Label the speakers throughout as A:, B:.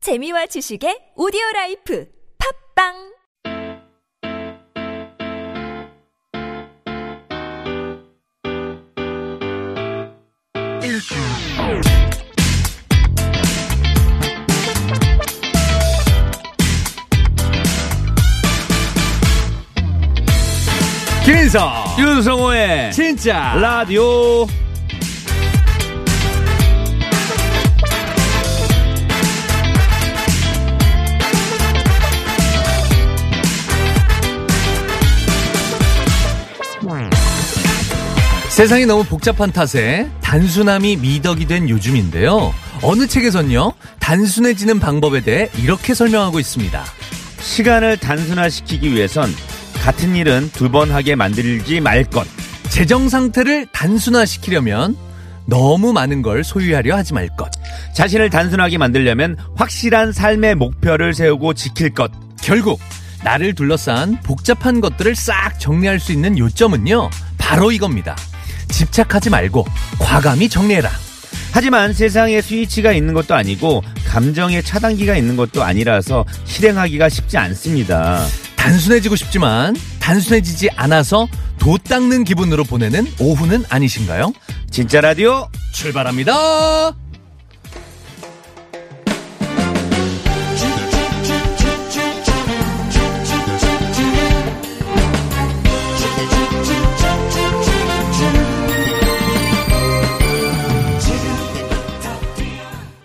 A: 재미와 지식의 오디오 라이프 팝빵
B: 김인석
C: 윤성호의
B: 진짜
C: 라디오
B: 세상이 너무 복잡한 탓에 단순함이 미덕이 된 요즘인데요 어느 책에선요 단순해지는 방법에 대해 이렇게 설명하고 있습니다
C: 시간을 단순화시키기 위해선 같은 일은 두 번 하게 만들지 말 것.
B: 재정 상태를 단순화시키려면 너무 많은 걸 소유하려 하지 말 것
C: 자신을 단순하게 만들려면 확실한 삶의 목표를 세우고 지킬 것.
B: 결국 나를 둘러싼 복잡한 것들을 싹 정리할 수 있는 요점은요 바로 이겁니다 집착하지 말고 과감히 정리해라
C: 하지만 세상에 스위치가 있는 것도 아니고 감정의 차단기가 있는 것도 아니라서 실행하기가 쉽지 않습니다.
B: 단순해지고 싶지만 단순해지지 않아서 도 닦는 기분으로 보내는 오후는 아니신가요?
C: 진짜 라디오
B: 출발합니다.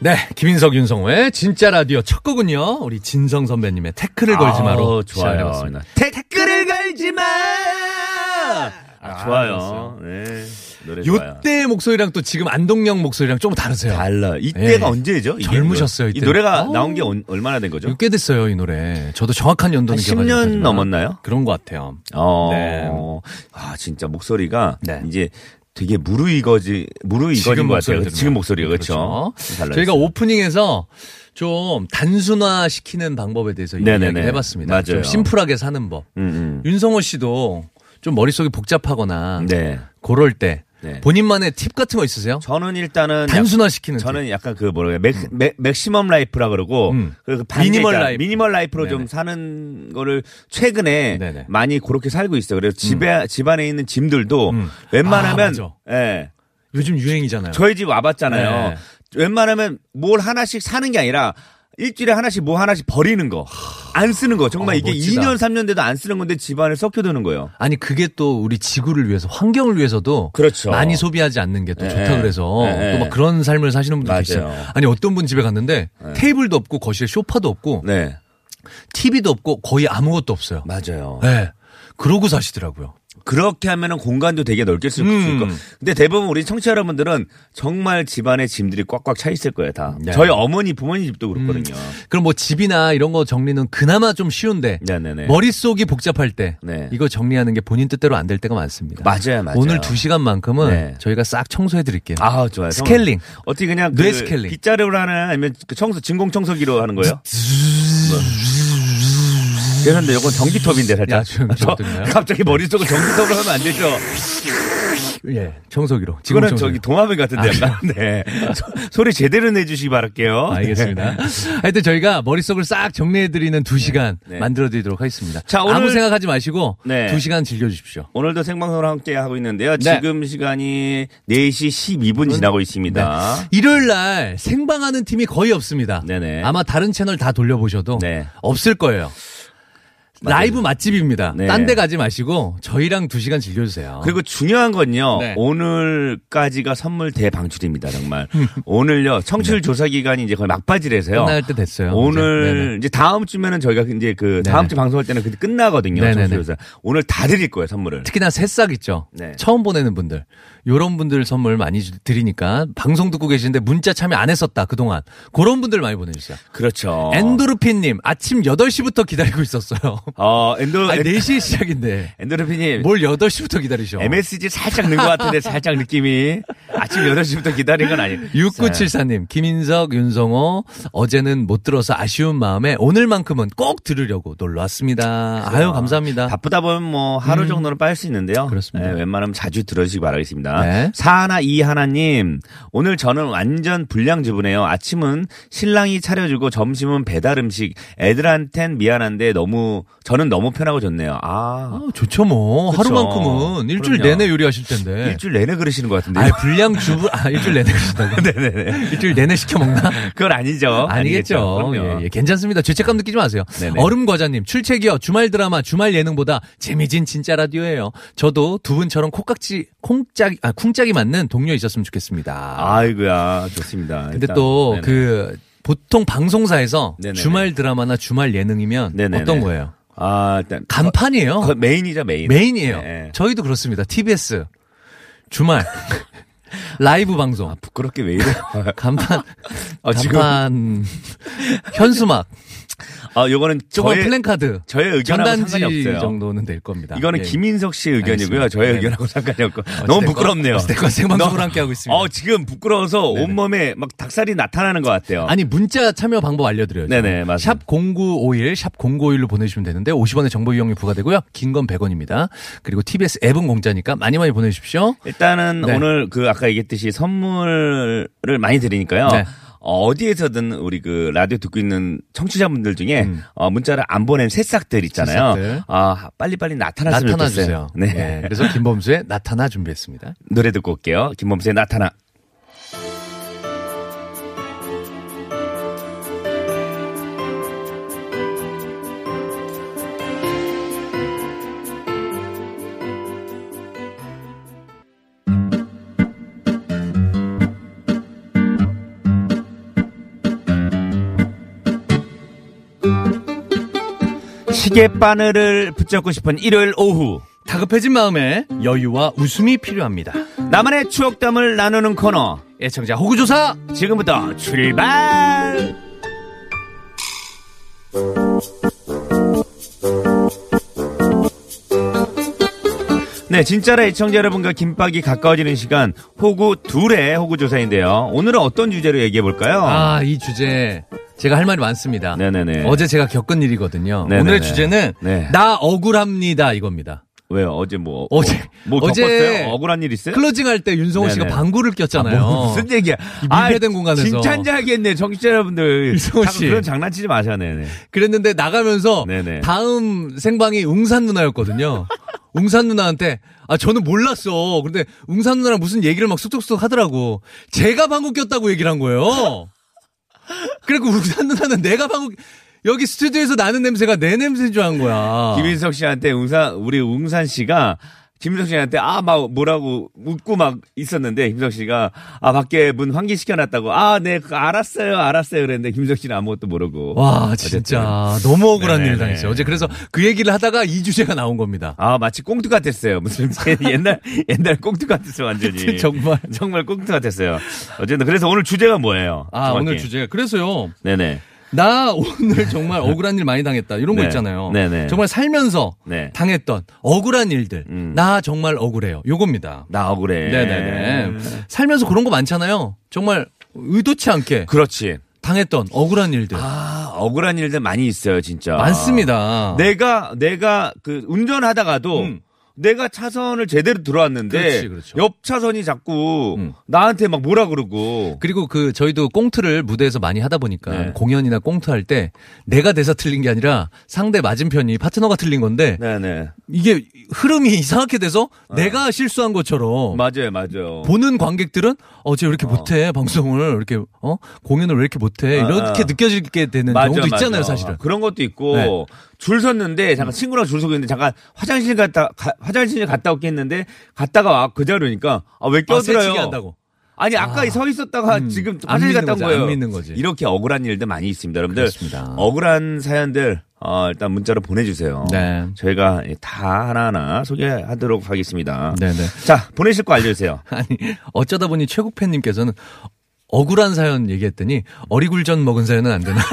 B: 네, 김인석 윤성호의 진짜 라디오 첫 곡은요. 우리 진성 선배님의 태클을 걸지 마로
C: 아우, 좋아요.
B: 시작해봤습니다.
C: 댓글을 걸지 마.
B: 아,
C: 좋아요. 네, 노래 좋아요.
B: 요때 목소리랑 또 지금 안동영 목소리랑 좀 다르세요.
C: 달라. 이때가
B: 예.
C: 언제죠? 이게
B: 젊으셨어요,
C: 노래.
B: 이때는.
C: 이 노래가
B: 어.
C: 나온 게 언- 얼마나 된 거죠?
B: 꽤 됐어요, 이 노래. 저도 정확한 연도는
C: 한
B: 기억하지
C: 10년
B: 못하지만
C: 넘었나요?
B: 그런 것 같아요.
C: 어.
B: 네.
C: 아, 진짜 목소리가
B: 네.
C: 이제 되게 무르익어지 무르익어진 것 같아요.
B: 목소리가
C: 지금 목소리가 그렇죠.
B: 그렇죠. 저희가 오프닝에서 좀 단순화 시키는 방법에 대해서
C: 네네네.
B: 이야기를 해봤습니다. 좀
C: 맞아요.
B: 심플하게 사는 법.
C: 음,
B: 윤성호 씨도 좀 머릿속이 복잡하거나
C: 음. 네.
B: 그럴 때
C: 네.
B: 본인만의 팁 같은 거 있으세요?
C: 저는 일단은
B: 단순화 시키는
C: 약, 저는 약간 그 뭐라 맥, 맥, 맥시멈 라이프라 그러고
B: 음.
C: 그 반대
B: 미니멀
C: 있잖아요.
B: 라이프.
C: 미니멀 라이프로
B: 네네.
C: 좀 사는 거를 최근에
B: 네네.
C: 많이 그렇게 살고 있어요. 그래서 집에 집안에 있는 짐들도
B: 음. 아,
C: 웬만하면
B: 맞아.
C: 예.
B: 요즘 유행이잖아요.
C: 네. 저희 집 와봤잖아요.
B: 네.
C: 웬만하면 뭘 하나씩 사는 게 아니라 일주일에 하나씩 뭐 하나씩 버리는 거. 안 쓰는 거. 정말
B: 아,
C: 이게
B: 멋지다.
C: 2년, 3년 돼도 안 쓰는 건데 집안에 섞여드는 거예요.
B: 아니 그게 또 우리 지구를 위해서 환경을 위해서도
C: 그렇죠.
B: 많이 소비하지 않는 게 또
C: 네.
B: 좋다 그래서
C: 네.
B: 또 막 그런 삶을 사시는 분들
C: 맞아요. 예.
B: 계시죠. 아니 어떤 분 집에 갔는데 테이블도 없고 거실에 소파도 없고
C: 네.
B: TV도 없고 거의 아무것도 없어요.
C: 맞아요.
B: 네. 그러고 사시더라고요.
C: 그렇게 하면은 공간도 되게 넓게 쓸수
B: 음.
C: 있을 거. 근데 대부분 우리 청취자 여러분들은 정말 집안에 짐들이 꽉꽉 차 있을 거예요, 다.
B: 네.
C: 저희 어머니, 부모님 집도 그렇거든요.
B: 그럼 뭐 집이나 이런 거 정리는 그나마 좀 쉬운데
C: 네네네.
B: 머릿속이 복잡할 때
C: 네.
B: 이거 정리하는 게 본인 뜻대로 안 될 때가 많습니다.
C: 맞아요, 맞아요.
B: 오늘 두 시간만큼은
C: 네.
B: 저희가 싹 청소해 드릴게요.
C: 아, 좋아요.
B: 스케일링.
C: 어떻게 그냥
B: 뇌
C: 그
B: 스케일링.
C: 빗자루로 하나 아니면 그 청소 진공 청소기로 하는 거예요?
B: 네.
C: 뭐. 죄송한데 이건 전기톱인데 살짝.
B: 야, 좀
C: 저-
B: 어떤가요? 네.
C: 갑자기 머릿속을 전기톱으로 하면 안 되죠.
B: 예, 청소기로. 지금
C: 그거는
B: 청소기로. 아,
C: 저기 동화배 같은데 약간. 네. 소, 소리 제대로 내주시기 바랄게요. 네.
B: 알겠습니다. 하여튼 저희가 머릿속을 싹 정리해드리는 두 시간
C: 네.
B: 만들어드리도록 하겠습니다.
C: 자, 오늘-
B: 아무 생각하지 마시고
C: 네.
B: 두 시간 즐겨주십시오.
C: 오늘도 생방송을 함께 하고 있는데요.
B: 네.
C: 지금 시간이 4시 12분 지나고
B: 네.
C: 있습니다.
B: 일요일 날 생방하는 팀이 거의 없습니다.
C: 네네.
B: 아마 다른 채널 다 돌려보셔도
C: 네.
B: 없을 거예요. 라이브 맛집입니다.
C: 네.
B: 딴 데 가지 마시고 저희랑 두 시간 즐겨주세요.
C: 그리고 중요한 건요.
B: 네.
C: 오늘까지가 선물 대방출입니다. 정말. 오늘요. 청취율 조사 기간이 이제 거의 막바지라서요.
B: 음. 네. 끝날 때 됐어요. 이제.
C: 오늘
B: 네네.
C: 이제 다음 주면은 저희가 이제 그 다음
B: 네네.
C: 주 방송할 때는 그때 끝나거든요.
B: 네네네.
C: 청취율 조사. 오늘 다 드릴 거예요, 선물을.
B: 특히나 새싹 있죠.
C: 네.
B: 처음 보내는 분들. 요런 분들 선물 많이 주- 드리니까 방송 듣고 계시는데 문자 참여 안 했었다 그동안. 그런 분들 많이 보내주세요.
C: 그렇죠.
B: 엔도르핀님, 아침 8시부터 기다리고 있었어요.
C: 어, 엔도,
B: 아니,
C: 엔-
B: 4시에 시작인데.
C: 엔도르핀님.
B: 뭘 8시부터 기다리셔.
C: MSG 살짝 는 것 같은데, 살짝 느낌이. 아침 8시부터 기다린 건 아니에요.
B: 6974님, 김인석, 윤성호, 어제는 못 들어서 아쉬운 마음에 오늘만큼은 꼭 들으려고 놀러 왔습니다.
C: 그렇죠.
B: 아유, 감사합니다.
C: 바쁘다 보면 뭐 하루 정도는 빠질 수 있는데요.
B: 음. 그렇습니다.
C: 네, 웬만하면 자주 들어주시기 바라겠습니다.
B: 네.
C: 사하나 이하나님, 오늘 저는 완전 불량주부네요. 아침은 신랑이 차려주고 점심은 배달 음식. 애들한텐 미안한데 너무 저는 너무 편하고 좋네요. 아
B: 아, 좋죠, 뭐.
C: 그쵸.
B: 하루만큼은 일주일
C: 그렇죠. 그럼요.
B: 내내 요리하실 텐데.
C: 일주일 내내 그러시는 것 같은데요.
B: 네. 아, 불량 주부, 아, 일주일 내내 그러시다고.
C: 네네네.
B: 일주일 내내 시켜 먹나?
C: 그건 어? 아니죠.
B: 아니겠죠.
C: 그럼요.
B: 예, 예, 괜찮습니다. 죄책감 느끼지 마세요.
C: 네네.
B: 얼음 과자님 출첵이요. 주말 드라마, 주말 예능보다 재미진 진짜 라디오예요. 저도 두 분처럼 콩깍지, 콩짝, 아, 쿵짝이 맞는 동료 있었으면 좋겠습니다.
C: 아이고야 좋습니다.
B: 근데
C: 일단, 네네.
B: 또 그 보통 방송사에서
C: 네네네.
B: 주말 드라마나 주말 예능이면
C: 네네네.
B: 어떤 거예요?
C: 아 일단
B: 간판이에요.
C: 거- 메인이죠 메인.
B: 메인이에요.
C: 네.
B: 저희도 그렇습니다. TBS 주말 라이브 방송
C: 부끄럽게 왜 이래?
B: 간판
C: 아, 지금-
B: 간판 현수막
C: 아 요거는
B: 저거
C: 저의-
B: 플랜카드
C: 저의 의견하고
B: 전단지
C: 상관이 없어요.
B: 정도는 될 겁니다.
C: 이거는
B: 예.
C: 김인석 씨의 의견이고요.
B: 알겠습니다.
C: 저의
B: 네.
C: 의견하고 상관이 없고 너무 부끄럽네요.
B: 어쨌건 생방송으로
C: 너무-
B: 함께 하고 있습니다.
C: 어, 지금 부끄러워서 온몸에 막 닭살이 나타나는 것 같아요.
B: 아니 문자 참여 방법 알려드려요.
C: 네네, 맞아요.
B: 샵 0951, 샵 0951로 보내주시면 되는데 50원의 정보 이용료 부과되고요. 긴 건 100원입니다. 그리고 TBS 앱은 공짜니까 많이 많이 보내주십시오.
C: 일단은
B: 네.
C: 오늘 그 아까 얘기했듯이 선물을 많이 드리니까요.
B: 네.
C: 어, 어디에서든 우리 그 라디오 듣고 있는 청취자분들 중에 어, 문자를 안 보낸 새싹들 있잖아요.
B: 음. 새싹들.
C: 아 빨리빨리 나타났으면
B: 나타나
C: 좋겠어요.
B: 주세요.
C: 네.
B: 네, 그래서 김범수의 나타나 준비했습니다.
C: 노래 듣고 올게요. 김범수의 나타나. 시계 바늘을 붙잡고 싶은 일요일 오후.
B: 다급해진 마음에 여유와 웃음이 필요합니다.
C: 나만의 추억담을 나누는 코너.
B: 애청자 호구조사
C: 지금부터 출발! 네, 진짜라 애청자 여러분과 김밥이 가까워지는 시간, 호구 둘의 호구조사인데요. 오늘은 어떤 주제로 얘기해볼까요?
B: 아, 이 주제 제가 할 말이 많습니다.
C: 네네네.
B: 어제 제가 겪은 일이거든요.
C: 네네네.
B: 오늘의 주제는
C: 네.
B: 나 억울합니다 이겁니다.
C: 왜요? 어제 뭐,
B: 어제-
C: 뭐, 뭐
B: 어제-
C: 겪었어요? 억울한 일 있어요?
B: 클로징할 때 윤성호 씨가
C: 네? 네네.
B: 방구를 꼈잖아요.
C: 뭐, 무슨 얘기야?
B: 어. 이
C: 아,
B: 밀폐된 공간에서.
C: 칭찬자 하겠네, 정치자 여러분들.
B: 이성호
C: 자꾸
B: 씨.
C: 그런 장난치지 마셔, 네네.
B: 그랬는데 나가면서
C: 네네.
B: 다음 생방이 웅산 누나였거든요. 웅산 누나한테 아 저는 몰랐어. 근데 웅산 누나랑 무슨 얘기를 막 쑥쑥쑥 하더라고. 제가 방구 꼈다고 얘기를 한 거예요. 그리고 웅산 누나는 내가 방구 여기 스튜디오에서 나는 냄새가 내 냄새인 줄 한 거야.
C: 김인석 씨한테 웅산 우리 웅산 씨가 김인석 씨한테 아 막 뭐라고 웃고 막 있었는데 김인석 씨가 아 밖에 문 환기 시켜놨다고 아 네 알았어요 알았어요 그랬는데 김인석 씨는 아무것도 모르고
B: 와
C: 어쨌든.
B: 진짜 너무 억울한
C: 네네네.
B: 일 당했어요. 어제 그래서 그 얘기를 하다가 이 주제가 나온 겁니다.
C: 아 마치 꽁트 같았어요 무슨 옛날 옛날 꽁트 같았어
B: 예.
C: 완전히
B: 정말.
C: 정말 꽁트 같았어요 어쨌든 그래서 오늘 주제가 뭐예요
B: 아
C: 정확히?
B: 오늘 주제 그래서요.
C: 네네
B: 나 오늘 정말 억울한 일 많이 당했다. 이런 거
C: 네.
B: 있잖아요.
C: 네네.
B: 정말 살면서
C: 네.
B: 당했던 억울한 일들. 나 정말 억울해요. 요겁니다.
C: 나
B: 예.
C: 억울해
B: 네네네. 살면서 그런 거 많잖아요. 정말 의도치 않게
C: 그렇지
B: 당했던 억울한 일들.
C: 아 억울한 일들 많이 있어요 진짜
B: 많습니다.
C: 내가 내가 그 운전하다가도
B: 어. 음.
C: 내가 차선을 제대로 들어왔는데
B: 그렇지, 그렇죠.
C: 옆 차선이 자꾸
B: 음.
C: 나한테 막 뭐라 그러고
B: 그리고 그 저희도 꽁트를 무대에서 많이 하다 보니까
C: 네.
B: 공연이나 꽁트 할 때 내가 대사 틀린 게 아니라 상대 맞은편이 파트너가 틀린 건데
C: 네네 어.
B: 이게 흐름이 이상하게 돼서 내가 실수한 것처럼
C: 맞아요 맞아요
B: 보는 관객들은 어쟤 왜 이렇게 못해 방송을 이렇게 어 공연을 왜 이렇게 못해
C: 아,
B: 이렇게
C: 아.
B: 느껴지게 되는 경우도 있잖아요 사실은
C: 아, 그런 것도 있고
B: 네. 음.
C: 줄 섰는데 잠깐 친구랑 줄 서고 있는데 잠깐 화장실 갔다 가- 화장실 갔다 올게 했는데 갔다가 와 그 자리니까 아 왜
B: 아,
C: 껴들어요?
B: 새치기 한다고
C: 아니 아까
B: 아.
C: 서 있었다가
B: 음.
C: 지금
B: 안
C: 화장실
B: 믿는
C: 갔다 온
B: 거지,
C: 거예요.
B: 안 믿는 거지.
C: 이렇게 억울한 일들 많이 있습니다, 여러분들.
B: 그렇습니다.
C: 억울한 사연들 어, 일단 문자로 보내주세요.
B: 네.
C: 저희가 예, 다 하나하나 소개하도록 하겠습니다.
B: 네네
C: 자 보내실 거 알려주세요.
B: 아니 어쩌다 보니 최국팬님께서는 억울한 사연 얘기했더니 어리굴전 먹은 사연은 안 되나요?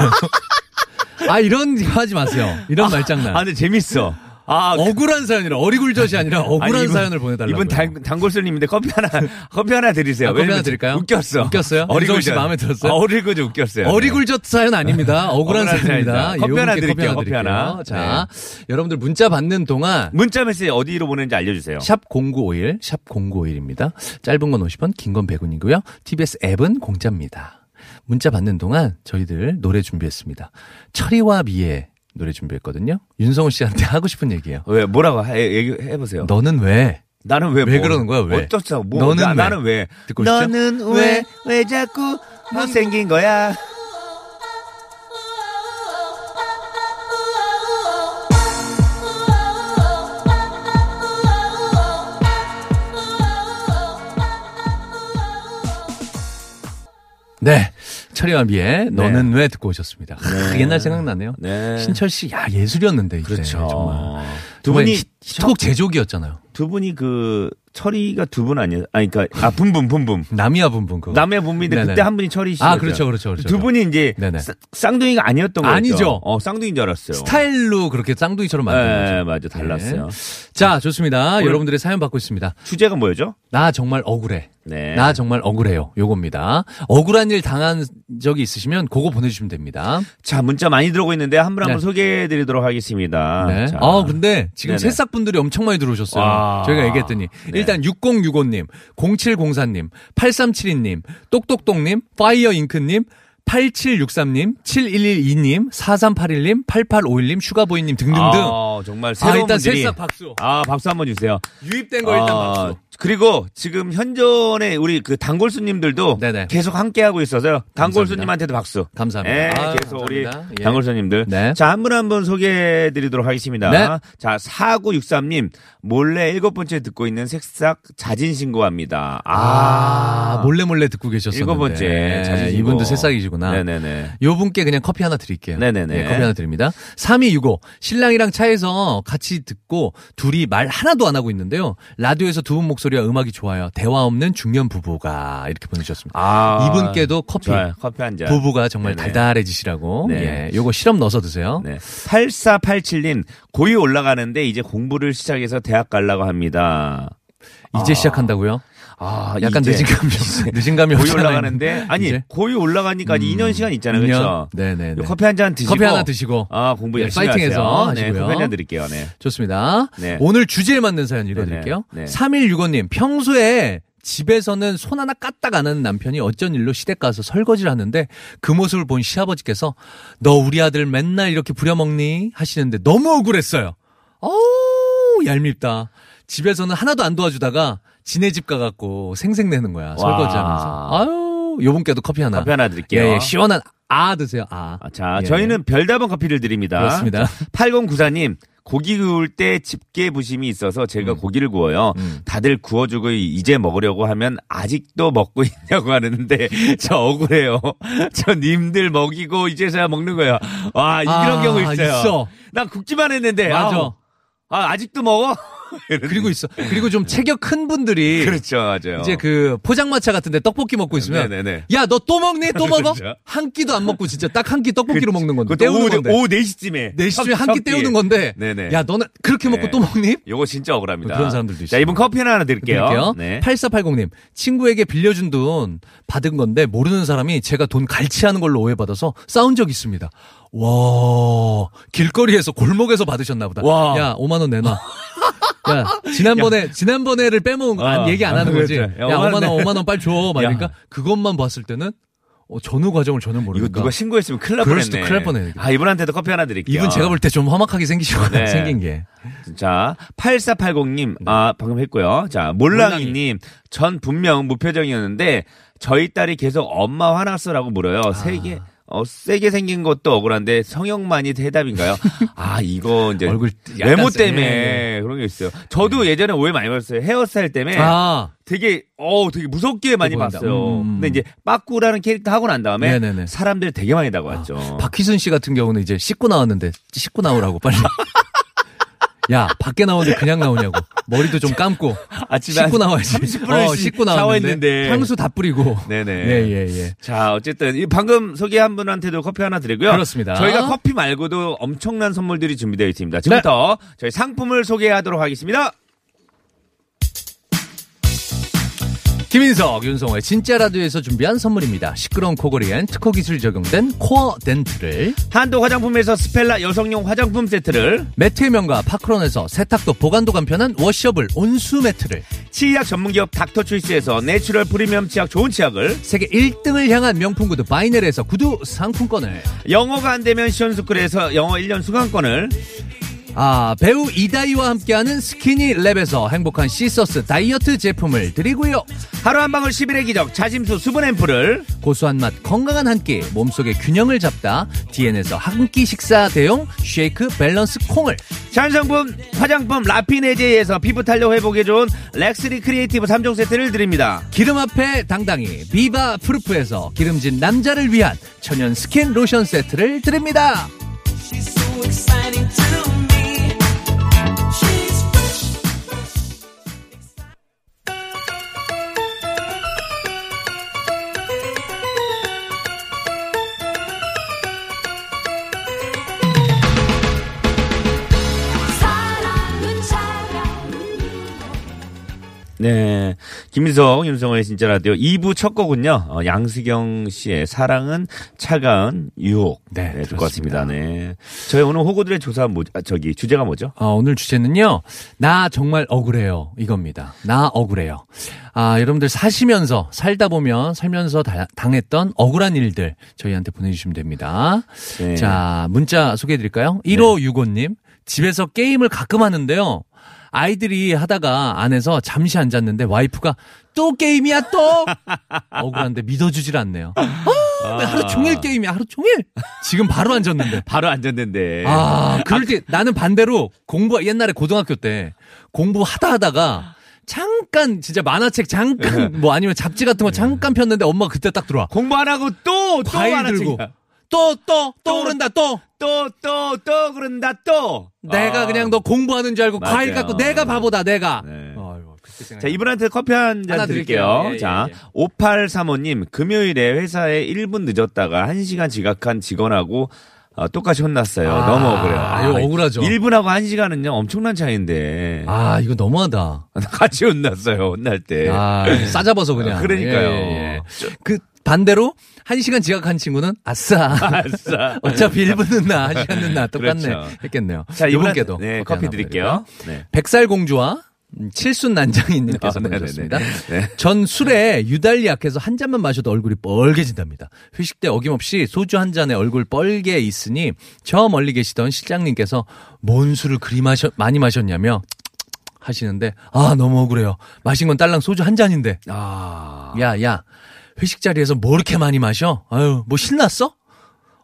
B: 아, 이런 거 하지 마세요. 이런 말장난.
C: 아, 근데 재밌어. 아,
B: 억울한 사연이라 어리굴젓이 아니라 억울한
C: 아니, 이분-
B: 사연을 보내달라고.
C: 이분 단, 단골손님인데 커피 하나, 커피 하나 드리세요.
B: 아, 커피 하나
C: 왜냐면
B: 드릴까요?
C: 웃겼어.
B: 웃겼어요? 윤정 씨 마음에 들었어요?
C: 아, 어리굴젓 웃겼어요.
B: 어리굴젓 사연 아닙니다. 억울한
C: 억울한
B: 사연입니다.
C: 사연이다. 커피
B: 예,
C: 하나
B: 이분께
C: 드릴게요, 커피 하나.
B: 자, 여러분들 문자 받는 동안
C: 문자 메시지 어디로 보내는지 알려주세요.
B: 샵 0951, 샵 0951입니다. 짧은 건 50원, 긴 건 100원이고요. TBS 앱은 공짜입니다. 문자 받는 동안 저희들 노래 준비했습니다. 철이와 미의 노래 준비했거든요. 윤성호 씨한테 하고 싶은 얘기예요.
C: 왜 뭐라고 해, 얘기해 보세요.
B: 너는 왜?
C: 나는 왜,
B: 왜
C: 뭐,
B: 그러는 거야, 왜?
C: 어쩌자고 뭐,
B: 너는
C: 나,
B: 왜?
C: 나는 왜?
B: 듣고 오시죠.
C: 너는
B: 왜?
C: 왜? 왜 자꾸 못생긴 거야?
B: 네. 철이와 미의 너는 왜 듣고 오셨습니다. 하, 옛날 생각나네요.
C: 네.
B: 신철 씨, 야, 예술이었는데. 이때
C: 그렇죠.
B: 정말.
C: 두
B: 정말
C: 분이
B: 히- 히트곡 제조기였잖아요.
C: 두 분이 그 철이가 두 분 아니에요? 아니 그러니까 아 분분 분분.
B: 남이야 분분 그거.
C: 남의 분인데
B: 네네.
C: 그때 한 분이 철이시죠.
B: 아, 그렇죠, 그렇죠, 그렇죠.
C: 두 분이 이제
B: 네네.
C: 싸- 쌍둥이가 아니었던 거죠.
B: 아니죠.
C: 어, 쌍둥이인 줄 알았어요.
B: 스타일로 그렇게 쌍둥이처럼
C: 네,
B: 만든 거죠.
C: 맞아 달랐어요.
B: 네. 자, 좋습니다. 여러분들의 사연 받고 있습니다.
C: 주제가 뭐였죠?
B: 나 정말 억울해.
C: 네.
B: 나 정말 억울해요. 요겁니다. 억울한 일 당한 적이 있으시면 그거 보내주시면 됩니다.
C: 자 문자 많이 들어오고 있는데 한 분 한 분
B: 네.
C: 소개해드리도록 하겠습니다.
B: 네.
C: 자.
B: 아, 근데 지금
C: 네네. 아, 네.
B: 새싹분들이 엄청 많이 들어오셨어요.
C: 와.
B: 저희가 얘기했더니. 일단 6065님, 0704님, 8372님, 똑똑똑님, 파이어잉크님, 8763님, 7112님, 4381님, 8851님, 슈가보이님 등등등. 아,
C: 아, 정말 새로운
B: 일단
C: 분들이.
B: 새싹 박수.
C: 아 박수 한번 주세요.
B: 유입된 거 일단
C: 아,
B: 박수.
C: 그리고 지금 현존의 우리 그 단골수님들도
B: 네네.
C: 계속 함께 하고 있어서요. 단골수님한테도 박수.
B: 감사합니다.
C: 예,
B: 아, 감사합니다.
C: 계속 우리
B: 예.
C: 단골수님들.
B: 네.
C: 자, 한 분 한 분 소개해 드리도록 하겠습니다.
B: 네.
C: 자, 4963님, 몰래 일곱 번째 듣고 있는 색싹 자진신고합니다.
B: 아, 몰래 몰래 듣고 계셨었는데. 네,
C: 일곱 번째. 자진신고.
B: 이분도 새싹이시구나.
C: 네네네.
B: 요 분께 그냥 커피 하나 드릴게요.
C: 네네네.
B: 예, 커피 하나 드립니다. 3265. 신랑이랑 차에서 같이 듣고 둘이 말 하나도 안 하고 있는데요. 라디오에서 두 분 목소리와 음악이 좋아요. 대화 없는 중년 부부가 이렇게 보내주셨습니다.
C: 아.
B: 이분께도 커피.
C: 좋아요. 커피 한 잔.
B: 부부가 정말
C: 네네.
B: 달달해지시라고.
C: 네.
B: 예. 요거 시럽 넣어서 드세요.
C: 네. 8487님, 고2 올라가는데 이제 공부를 시작해서 대학 가려고 합니다.
B: 이제 시작한다고요?
C: 아,
B: 약간
C: 이제.
B: 늦은 감이 늦은 감이
C: 고이
B: 없잖아요.
C: 올라가는데 아니
B: 이제.
C: 고이 올라가니까 이제 2년 시간 있잖아요,
B: 이 년?
C: 그렇죠?
B: 네네네.
C: 커피 한 잔 드시고
B: 커피 하나 드시고.
C: 아 공부
B: 네,
C: 열심히
B: 파이팅해서
C: 하세요. 네,
B: 하시고요.
C: 커피 한 잔 드릴게요. 네.
B: 좋습니다.
C: 네.
B: 오늘 주제에 맞는 사연 읽어드릴게요.
C: 네네. 네.
B: 3165님, 평소에 집에서는 손 하나 까딱 안 하는 남편이 어쩐 일로 시댁 가서 설거지를 하는데 그 모습을 본 시아버지께서 너 우리 아들 맨날 이렇게 부려먹니? 하시는데 너무 억울했어요. 어우, 얄밉다. 집에서는 하나도 안 도와주다가 지네 집 가갖고 생색내는 거야. 설거지하면서. 아유, 요분께도 커피 하나.
C: 커피 하나 드릴게요.
B: 예, 예, 시원한 아 드세요. 아.
C: 아, 자,
B: 예.
C: 저희는 별다방 커피를 드립니다.
B: 그렇습니다.
C: 8094님, 고기 구울 때 집게 부심이 있어서 제가
B: 음.
C: 고기를 구워요. 다들 구워주고 이제 먹으려고 하면 아직도 먹고 있냐고 하는데 저 억울해요. 저 님들 먹이고 이제서야 먹는 거예요. 와, 이런
B: 아,
C: 경우 있어요.
B: 있어.
C: 난 굽기만 했는데.
B: 맞아.
C: 아우, 아, 아직도 먹어?
B: 그리고 있어. 그리고 좀 체격 큰 분들이
C: 네. 그렇죠, 맞아요.
B: 이제 그 포장마차 같은데 떡볶이 먹고 있으면
C: 네네네.
B: 야 너 또 먹니 또 먹어
C: 그렇죠. 그
B: 한 끼도 안 먹고 진짜 딱 한 끼 떡볶이로 먹는 건데
C: 그것도
B: 뭐 때우는
C: 오후,
B: 건데
C: 오후 4시쯤에.
B: 네 시쯤에 한 끼 때우는 건데
C: 네네.
B: 야 너는 그렇게 먹고
C: 네.
B: 또 먹니
C: 요거 진짜 억울합니다.
B: 그런 사람들도
C: 자,
B: 있어요.
C: 이분 커피 하나 드릴게요.
B: 드릴게요.
C: 네.
B: 8480님 친구에게 빌려준 돈 받은 건데 모르는 사람이 제가 돈 갈취하는 걸로 오해받아서 싸운 적 있습니다. 와 길거리에서 골목에서 받으셨나 보다.
C: 와.
B: 야 5만 원 내놔. 야 지난번에 지난번에를 빼먹은 거 안-
C: 아,
B: 얘기 안 하는
C: 아,
B: 거지. 야
C: 그렇죠. 야,
B: 5만 원
C: 내.
B: 5만 원 빨리 줘.
C: 야.
B: 말니까 그것만 봤을 때는 어, 전후 과정을 전혀
C: 이거
B: 모르니까.
C: 누가 신고했으면 큰일 날
B: 그럴
C: 뻔했네.
B: 수도 큰일 날 뻔했네.
C: 아, 이분한테도 커피 하나 드릴게요.
B: 이분 제가 볼 때 좀 험악하게 생기시거나
C: 네.
B: 생긴 게.
C: 자, 8480님,
B: 네.
C: 아, 방금 했고요. 자, 몰랑이님, 전 분명 무표정이었는데, 저희 딸이 계속 엄마 화났어라고 물어요.
B: 아.
C: 세게, 어, 세게 생긴 것도 억울한데, 성형만이 대답인가요? 아, 이거 이제,
B: 얼굴 약간
C: 외모
B: 세-
C: 때문에
B: 네.
C: 예, 그런 게 있어요. 저도 예전에 오해 많이 받았어요. 헤어스타일 때문에.
B: 아
C: 되게 어 되게 무섭게 많이
B: 보인다.
C: 봤어요.
B: 음.
C: 근데 이제 빠꾸라는 캐릭터 하고 난 다음에
B: 네네네. 아.
C: 사람들 되게 많이 다가왔죠.
B: 박희순 씨 같은 경우는 이제 씻고 나왔는데 씻고 나오라고 빨리. 야 밖에 나오는데 그냥 나오냐고. 머리도 좀 감고
C: 아침에
B: 씻고
C: 한
B: 나와야지.
C: 30분
B: 어,
C: 씩
B: 씻고 나왔는데
C: 샤워했는데.
B: 향수 다 뿌리고.
C: 네네.
B: 예, 예, 예.
C: 자, 어쨌든 이 방금 소개한 분한테도 커피 하나 드리고요.
B: 그렇습니다.
C: 저희가 커피 말고도 엄청난 선물들이 준비되어 있습니다. 지금부터
B: 네.
C: 저희 상품을 소개하도록 하겠습니다.
B: 김인석, 윤성호의 진짜 라디오에서 준비한 선물입니다. 시끄러운 코골이엔 특허 기술 적용된 코어 덴트를
C: 한도 화장품에서 스펠라 여성용 화장품 세트를
B: 매트의 명가 파크론에서 세탁도 보관도 간편한 워셔블 온수 매트를
C: 치약 전문기업 닥터초이스에서 내추럴 프리미엄 치약 좋은 치약을
B: 세계 1등을 향한 명품 구두 바이넬에서 구두 상품권을
C: 영어가 안 되면 시원스쿨에서 영어 1년 수강권을
B: 아 배우 이다희와 함께하는 스키니랩에서 행복한 시서스 다이어트 제품을 드리고요
C: 하루 한 방울 10일의 기적 자심수 수분 앰플을
B: 고소한 맛 건강한 한 끼 몸속의 균형을 잡다 DN에서 한 끼 식사 대용 쉐이크 밸런스 콩을
C: 자연성분 화장품 라피네제이에서 피부 탄력 회복에 좋은 렉스리 크리에이티브 3종 세트를 드립니다.
B: 기름 앞에 당당히 비바 프루프에서 기름진 남자를 위한 천연 스킨 로션 세트를 드립니다
D: She's so exciting to me. She's fresh.
C: 네. 김민석, 윤성호의 진짜 라디오 2부 첫 곡은요, 어, 양수경 씨의 사랑은 차가운 유혹.
B: 네,
C: 네,
B: 들었습니다.
C: 될것 같습니다. 네. 저희 오늘 호구들의 조사, 뭐, 아, 저기, 주제가 뭐죠?
B: 아, 오늘 주제는요. 나 정말 억울해요. 이겁니다. 나 억울해요. 아, 여러분들 사시면서 살다 보면 살면서 다- 당했던 억울한 일들 저희한테 보내주시면 됩니다.
C: 네.
B: 자, 문자 소개해 드릴까요? 1565님. 집에서 게임을 가끔 하는데요. 아이들이 하다가 안에서 잠시 앉았는데 와이프가 또 게임이야 또 억울한데 믿어주질 않네요. 아, 왜 하루 종일 게임이야 하루 종일 지금 바로 앉았는데
C: 바로 앉았는데. 예.
B: 아, 그럴 때 나는 반대로 공부 옛날에 고등학교 때 공부하다 하다가 잠깐 진짜 만화책
C: 예.
B: 잠깐 뭐 아니면 잡지 같은 거 잠깐 폈는데 엄마가 그때 딱 들어와.
C: 공부 안 하고 또, 또
B: 과일 들고
C: 하나 아.
B: 또 또또 오른다 또.
C: 또, 또, 또, 그런다, 또.
B: 내가
C: 아.
B: 그냥 너 공부하는 줄 알고 과일
C: 맞아요.
B: 갖고 내가 바보다 내가.
C: 네.
B: 아이고, 그때 생각나.
C: 자, 이분한테 커피 한 잔
B: 하나
C: 드릴게요.
B: 드릴게요. 예, 예,
C: 자,
B: 예.
C: 5835님, 금요일에 회사에 1분 늦었다가 1시간 지각한 직원하고 어, 똑같이 혼났어요.
B: 아,
C: 너무 억울해요.
B: 이거 억울하죠.
C: 1분하고 1시간은요, 엄청난 차이인데.
B: 아, 이거 너무하다.
C: 같이 혼났어요, 혼날 때.
B: 아, 싸잡아서 그냥. 예,
C: 아, 예. 그러니까요.
B: 그 반대로 한 시간 지각한 친구는 아싸.
C: 아싸.
B: 어차피 1분 늦나 1시간 늦나 똑같네
C: 그렇죠.
B: 했겠네요.
C: 자, 이분한테-
B: 이분께도
C: 네, 커피
B: 하나
C: 드릴게요.
B: 보내드리고요.
C: 네.
B: 백살공주와 음, 칠순 난장이님께서
C: 아, 네네네.
B: 보내주셨습니다.
C: 네.
B: 전 술에 유달리 약해서 한 잔만 마셔도 얼굴이 뻘개진답니다. 회식 때 어김없이 소주 한 잔에 얼굴 뻘게 있으니 저 멀리 계시던 실장님께서 뭔 술을 그리 마셔, 많이 마셨냐며 하시는데 아 너무 억울해요. 마신 건 딸랑 소주 한 잔인데
C: 아.
B: 야, 야, 회식 자리에서 뭐 이렇게 많이 마셔? 아유, 뭐 신났어?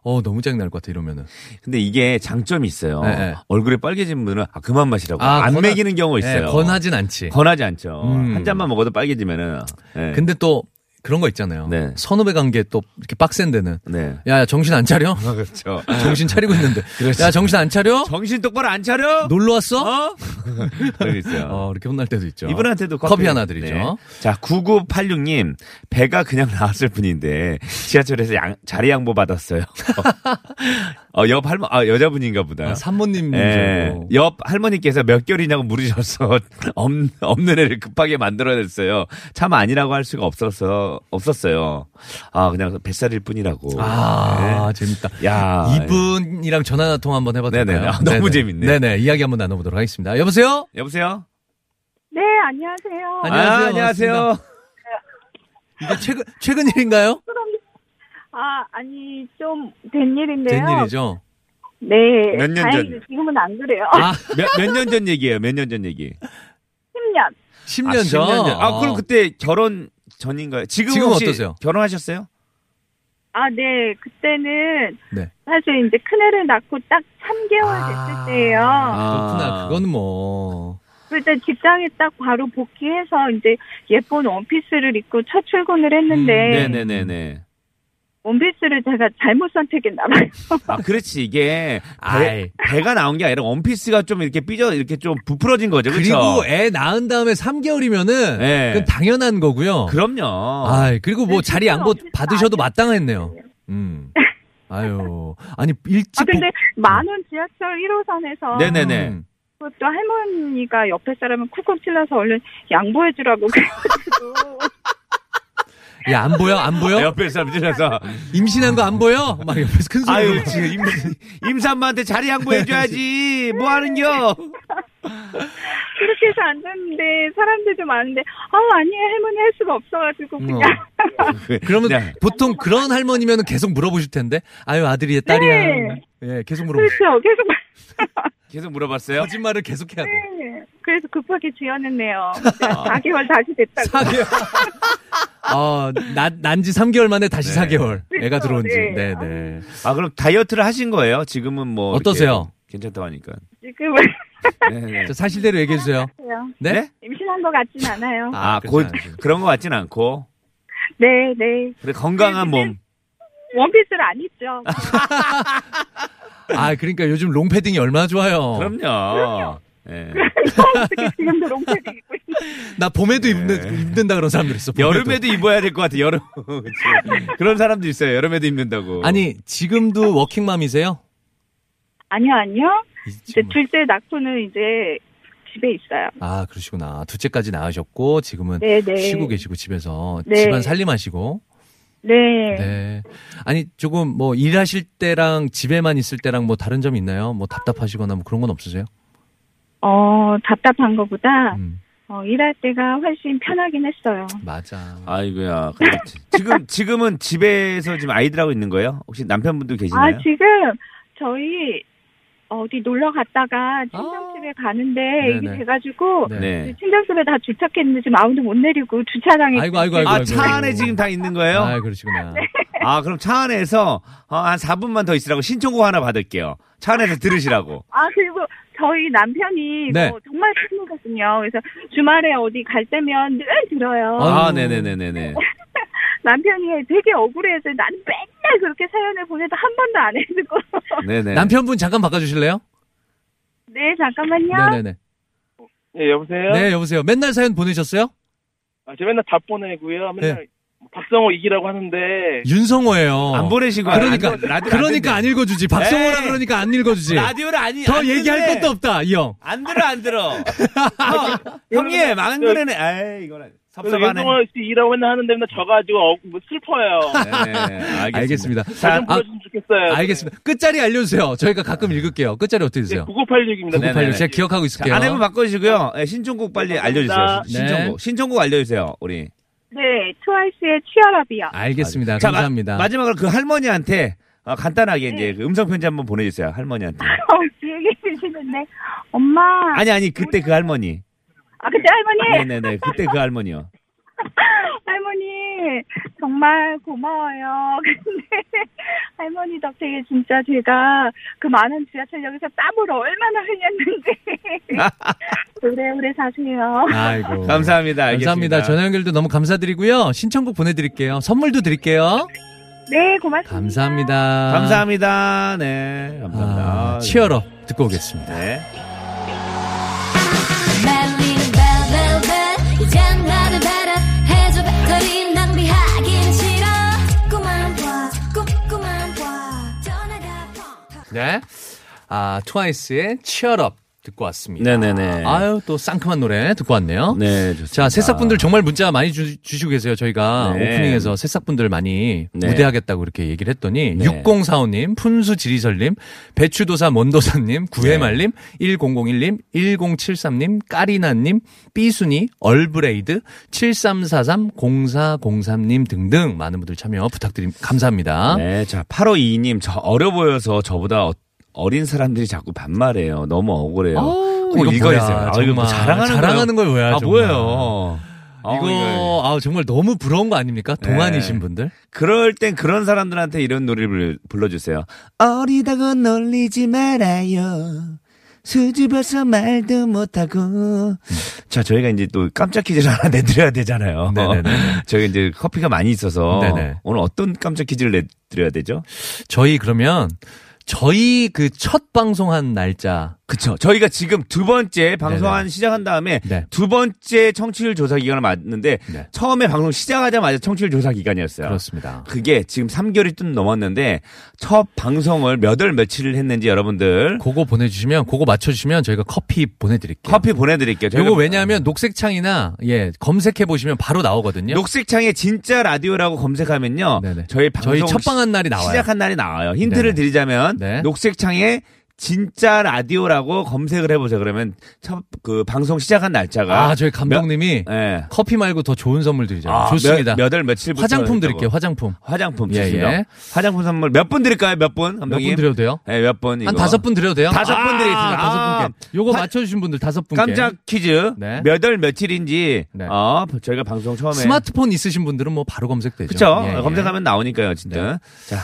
B: 어, 너무 짜증날 것 같아, 이러면은.
C: 근데 이게 장점이 있어요.
B: 네, 네.
C: 얼굴이 빨개진 분은 아, 그만 마시라고. 안
B: 권하-
C: 먹이는 경우
B: 예,
C: 있어요.
B: 권하진 않지.
C: 권하지 않죠.
B: 음.
C: 한 잔만 먹어도 빨개지면은. 네.
B: 근데 또 그런 거 있잖아요.
C: 네.
B: 선후배 관계 또 이렇게 빡센 데는.
C: 네.
B: 야, 야, 정신 안 차려?
C: 그렇죠.
B: 정신 차리고 있는데. 야, 정신 안 차려?
C: 정신 똑바로 안 차려?
B: 놀러 왔어?
C: 어? 그러고 있어요.
B: 어, 이렇게 혼날 때도 있죠.
C: 이분한테도 커피,
B: 커피, 하나 드리죠.
C: 네. 자, 9986님. 배가 그냥 나왔을 뿐인데, 지하철에서 양- 자리 양보 받았어요. 어, 옆 할머, 아, 여자분인가 보다.
B: 아, 산모님.
C: 예,
B: 정도.
C: 옆 할머니께서 몇 개월이냐고 물으셔서 없- 없는 애를 급하게 만들어냈어요. 참 아니라고 할 수가 없어서 없었어요. 아 그냥 뱃살일 뿐이라고.
B: 아, 재밌다.
C: 네. 야 예.
B: 이분이랑 전화 통화 한번 해봐도
C: 네네.
B: 될까요?
C: 아, 너무 재밌네.
B: 네네. 이야기 한번 나눠보도록 하겠습니다. 여보세요?
C: 예. 여보세요.
E: 네, 안녕하세요.
B: 아니- 안녕하세요.
C: 아, 안녕하세요.
B: 반갑습니다. 이게 최근, 최근 일인가요?
E: 아, 아니, 좀 된 일인데요.
B: 된 일이죠.
E: 네.
C: 몇년 전?
E: 다행히 지금은 안 그래요.
B: 아,
C: 몇 년 전 얘기예요. 몇 년 전 얘기.
E: 10년.
B: 10년
C: 아,
B: 전.
C: 10년 전. 아 그럼 그때 결혼 전인가요? 지금
B: 지금은
C: 혹시
B: 어떠세요?
C: 결혼하셨어요?
E: 아, 네. 그때는
B: 네.
E: 사실 이제 큰애를 낳고 딱 3개월
B: 아.
E: 됐을 때예요.
B: 그렇구나. 그건 뭐.
E: 그때 직장에 딱 바로
C: 음,
B: 네.
E: 복귀해서 이제 예쁜 원피스를 입고 첫 출근을 했는데
C: 네, 네네네네.
E: 원피스를 제가 잘못 선택했나 봐요.
C: 아, 그렇지. 이게 배, 배가 나온 게 아니라 원피스가 좀 이렇게 삐져 이렇게 좀 부풀어진 거죠. 그렇죠?
B: 그리고 애 낳은 다음에 3개월이면은
C: 네.
B: 그건 당연한 거고요.
C: 그럼요.
B: 아, 그리고 뭐
E: 네,
B: 자리 양보
E: 실제로
B: 받으셔도
E: 어디서
B: 마땅했네요. 음. 아유. 아니, 일찍
E: 아 근데 만원 지하철 1호선에서
C: 네. 네네.
B: 복-
C: 네네.
B: 음.
E: 그것도 할머니가 옆에 사람은 쿡쿡 찔러서 얼른 양보해주라고 그래가지고
B: 야, 안 보여? 안
C: 아,
B: 보여?
C: 옆에 사람 들려서
B: 임신한 거 안 보여? 막 옆에서 큰 소리로.
C: 아유 지금 임, 임산부한테 자리 양보해줘야지 뭐 하는겨
E: 그렇게 해서 앉았는데 사람들도 많은데 아 아니에요 할머니 할 수가 없어가지고 그냥
B: 그러면
C: 네.
B: 보통 그런 할머니면 은 계속 물어보실 텐데. 아유, 아들이 딸이야.
E: 네.
B: 예, 계속 물어보세요.
E: 그렇죠 계속
C: 계속 물어봤어요
B: 거짓말을 계속 해야 돼.
E: 네. 그래서 급하게 지어냈네요
C: 아.
E: 아, 4개월 다시 됐다고
B: 4개월. 어, 난, 난지 3개월 만에 다시
C: 네.
B: 4개월. 애가 들어온 지. 네,
E: 네.
B: 네.
C: 아 그럼 다이어트를 하신 거예요 지금은 뭐 이렇게
B: 어떠세요?
C: 괜찮다고 하니까
E: 지금
C: 네네.
B: 자, 사실대로 얘기해 주세요. 네?
C: 네?
E: 임신한 것 같진 않아요
C: 아, 곧
B: 그렇지 않으시고.
C: 그런 것 같진 않고
E: 네네
C: 그래 건강한
E: 네,
C: 몸
E: 원피스를 안 입죠
B: 아, 그러니까 요즘 롱패딩이 얼마나 좋아요.
C: 그럼요 어. 예.
E: 어떻게 지금도 롱패딩 입고 있는
B: 나 봄에도 입는, 입는다 그런 사람들 있어. 봄에도.
C: 네. 여름에도 입어야 될 것 같아 여름 그치. 그런 사람도 있어요 여름에도 입는다고
B: 아니, 지금도 워킹맘이세요?
E: 아니요 아니요 이제
B: 지금은.
E: 네, 둘째 낳고는 이제 집에 있어요
B: 아, 그러시구나. 둘째까지 낳으셨고, 지금은
E: 네네
B: 쉬고 계시고, 집에서.
E: 네.
B: 집안 살림하시고.
E: 네.
B: 네. 아니, 조금 뭐 일하실 때랑 집에만 있을 때랑 뭐 다른 점 있나요? 뭐 답답하시거나 뭐 그런 건 없으세요?
E: 어, 답답한 거보다,
B: 음,
E: 어, 일할 때가 훨씬 편하긴 했어요.
B: 맞아.
C: 아이고야 근데 지금 지금은 집에서 지금 아이들하고 있는 거예요 혹시 남편분도 계시나요
B: 네.
E: 아, 지금, 저희, 어디 놀러 갔다가 친정집에 가는데,
B: 아. 네네.
E: 이게 돼가지고,
B: 네.
C: 네.
E: 친정집에 다 주차했는데 지금 아무도 못 내리고 주차장에.
B: 아이고, 아이고, 아이고.
C: 아 차 안에 지금 다 있는 거예요?
B: 아, 그러시구나.
C: 아, 그럼 차 안에서 어, 한 4분만 더 있으라고 신청곡 하나 받을게요. 차 안에서 들으시라고.
E: 아, 그리고 저희 남편이
B: 네.
E: 이거 정말 팬이거든요. 그래서 주말에 어디 갈 때면 늘 들어요.
C: 아,
B: 아유.
C: 네네네네네.
E: 남편이 되게 억울해서 나는 맨날 그렇게 사연을 보내도 한 번도 안 해주고.
C: 네네.
B: 남편분 잠깐 바꿔주실래요?
E: 네, 잠깐만요.
B: 네네네.
F: 예, 여보세요?
B: 네, 여보세요. 맨날 사연 보내셨어요?
F: 아, 저 맨날 답 보내고요.
B: 네.
F: 맨날 뭐 박성호 이기라고 하는데.
B: 윤성호예요.
C: 네. 안 보내시고.
B: 그러니까,
C: 안, 뭐 라디오
B: 그러니까 안
C: 된대.
B: 읽어주지. 박성호라
C: 에이.
B: 그러니까 안 읽어주지.
C: 라디오를 아니.
B: 더
C: 안
B: 얘기할
C: 듣네.
B: 것도 없다, 이 형.
C: 안 들어, 안 들어. 어, 형님, 안 그러네. 아이, 이거는
F: 그래서
C: 섭섭하네.
F: 윤동호 씨 일하고 맨날 하는데 맨날 져가지고 어, 뭐 슬퍼요.
C: 네,
B: 알겠습니다.
F: 잘
B: 자,
F: 좀
B: 아,
F: 불러주면 좋겠어요.
B: 알겠습니다. 끝자리 알려주세요. 저희가 가끔 읽을게요. 끝자리 어떻게
F: 네,
B: 되세요?
F: 9986입니다.
C: 아. 네네.
B: 9986. 제가 기억하고
C: 자,
B: 있을게요.
C: 아내분 바꿔주시고요. 예, 신청곡 빨리 알려주세요.
F: 감사합니다.
C: 신청곡. 신청곡 알려주세요, 우리.
E: 네, 트와이스의 치얼업이요.
C: 아.
B: 알겠습니다.
C: 자, 마-
B: 네, 감사합니다.
C: 마지막으로 그 할머니한테 어, 간단하게 이제 그 음성편지 한번 보내주세요, 할머니한테.
E: 어, 얘기해 주시는데 엄마
C: 아니, 아니, 그때 그 할머니.
E: 아 그때 할머니
C: 네네네. 그때 그 할머니요.
E: 할머니 정말 고마워요 근데 할머니 덕택에 진짜 제가 그 많은 지하철역에서 땀을 얼마나 흘렸는지 오래오래 사세요
B: 아이고.
C: 감사합니다.
B: 어, 감사합니다. 전화 연결도 너무 감사드리고요. 신청곡 보내드릴게요. 선물도 드릴게요.
E: 네 고맙습니다
B: 감사합니다.
C: 감사합니다. 네. 감사합니다.
B: 아, 치열업 듣고 오겠습니다.
C: 네.
G: 멜린 벨벨벨 이젠 나를 베라 해줘 배터리 낭비하긴 싫어 자꾸만 봐 자꾸만 봐 전화가 펑
B: 네. 아, 트와이스의 치열업 듣고 왔습니다.
C: 네네네.
B: 아유, 또 상큼한 노래 듣고 왔네요.
C: 네, 좋습니다.
B: 자, 새싹분들 정말 문자 많이 주, 시고 계세요. 저희가
C: 네.
B: 오프닝에서 새싹분들 많이
C: 네.
B: 무대하겠다고 이렇게 얘기를 했더니
C: 네.
B: 6045님, 푼수지리설님, 배추도사 몬도사님, 구해말님,
C: 네.
B: 1001님, 1073님, 까리나님, 삐순이, 얼브레이드, 7343, 0403님 등등 많은 분들 참여 부탁드립니다. 감사합니다.
C: 네. 자, 8522님, 저 어려 보여서 저보다 어, 린 사람들이 자꾸 반말해요. 너무 억울해요. 꼭 읽어주세요. 아, 이거 뭐 자랑하는,
B: 자랑하는 걸 뭐야?
C: 거예요. 아,
B: 정말.
C: 뭐예요. 아,
B: 이거 아 정말 너무 부러운 거 아닙니까? 동안이신
C: 네.
B: 분들.
C: 그럴 땐 그런 사람들한테 이런 노래를 불- 불러주세요. 어리다고 놀리지 말아요. 수줍어서 말도 못하고 자, 저희가 이제 또 깜짝 퀴즈를 하나 내드려야 되잖아요.
B: 네네네.
C: 저희가 이제 커피가 많이 있어서
B: 네네.
C: 오늘 어떤 깜짝 퀴즈를 내드려야 되죠?
B: 저희 그러면 저희 그 첫 방송한 날짜
C: 그쵸. 저희가 지금 두 번째 방송한
B: 네네.
C: 시작한 다음에
B: 네.
C: 두 번째 청취율 조사 기간을 맞는데
B: 네.
C: 처음에 방송 시작하자마자 청취율 조사 기간이었어요.
B: 그렇습니다.
C: 그게 지금 3개월이 좀 넘었는데 첫 방송을 몇 월 며칠을 했는지 여러분들
B: 그거 보내주시면 그거 맞춰주시면 저희가 커피 보내드릴게요.
C: 커피 보내드릴게요. 저희가
B: 요거 왜냐하면 녹색 창이나 예 검색해 보시면 바로 나오거든요.
C: 음. 녹색창에 진짜 라디오라고 검색하면요.
B: 네네.
C: 저희 방송
B: 저희 첫 방한 날이 나와요.
C: 시작한 날이 나와요.
B: 네네.
C: 힌트를 드리자면
B: 네.
C: 녹색창에 진짜 라디오라고 검색을 해보세요. 그러면 첫 그 방송 시작한 날짜가
B: 아 저희 감독님이
C: 몇, 예.
B: 커피 말고 더 좋은 선물 드리잖아요.
C: 아,
B: 좋습니다.
C: 몇, 몇월 며칠부터
B: 화장품
C: 했다고.
B: 드릴게요. 화장품.
C: 화장품
B: 예,
C: 좋습니다.
B: 예.
C: 화장품 선물 몇 분 드릴까요? 몇 분?
B: 몇
C: 감독님?
B: 분 드려도 돼요?
C: 예, 몇 분?
B: 한
C: 이거.
B: 다섯 분 드려도 돼요?
C: 다섯 분 드리겠습니다.
B: 다섯
C: 아.
B: 분께. 요거
C: 화-
B: 맞춰주신 분들 다섯 분께.
C: 깜짝 퀴즈.
B: 네.
C: 몇 월 며칠인지
B: 네.
C: 어, 저희가 방송 처음에
B: 스마트폰 있으신 분들은 뭐 바로 검색되죠.
C: 그쵸?
B: 예, 예.
C: 검색하면 나오니까요, 진짜. 자.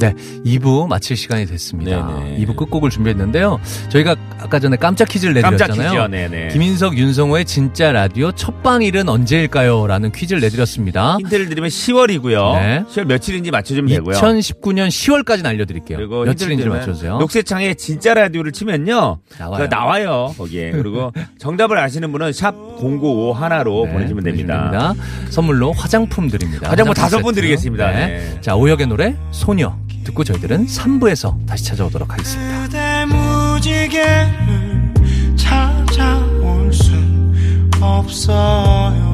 B: 네, 2부 마칠 시간이 됐습니다.
C: 네네.
B: 2부 끝곡을 준비했는데요. 저희가 아까 전에 깜짝 퀴즈를
C: 깜짝
B: 내드렸잖아요.
C: 퀴즈요. 네, 네.
B: 김인석, 윤성호의 진짜 라디오 첫 방일은 언제일까요? 라는 퀴즈를 내드렸습니다.
C: 힌트를 드리면 10월이고요.
B: 네.
C: 10월 며칠인지 맞춰주면 되고요.
B: 2019년 10월까지 알려드릴게요.
C: 네, 그리고
B: 며칠인지
C: 힌트를 드리면
B: 맞춰주세요.
C: 녹색창에 진짜 라디오를 치면요.
B: 나와요.
C: 그 나와요. 거기에. 그리고 정답을 아시는 분은 샵 0951로
B: 네,
C: 보내주면
B: 됩니다.
C: 됩니다.
B: 선물로 화장품 드립니다.
C: 화장품 다섯
B: 세트.
C: 분 드리겠습니다. 네.
B: 자, 오혁의 노래 소녀 듣고 저희들은 3부에서 다시 찾아오도록 하겠습니다.
D: 그대 무지개를 찾아올 순 없어요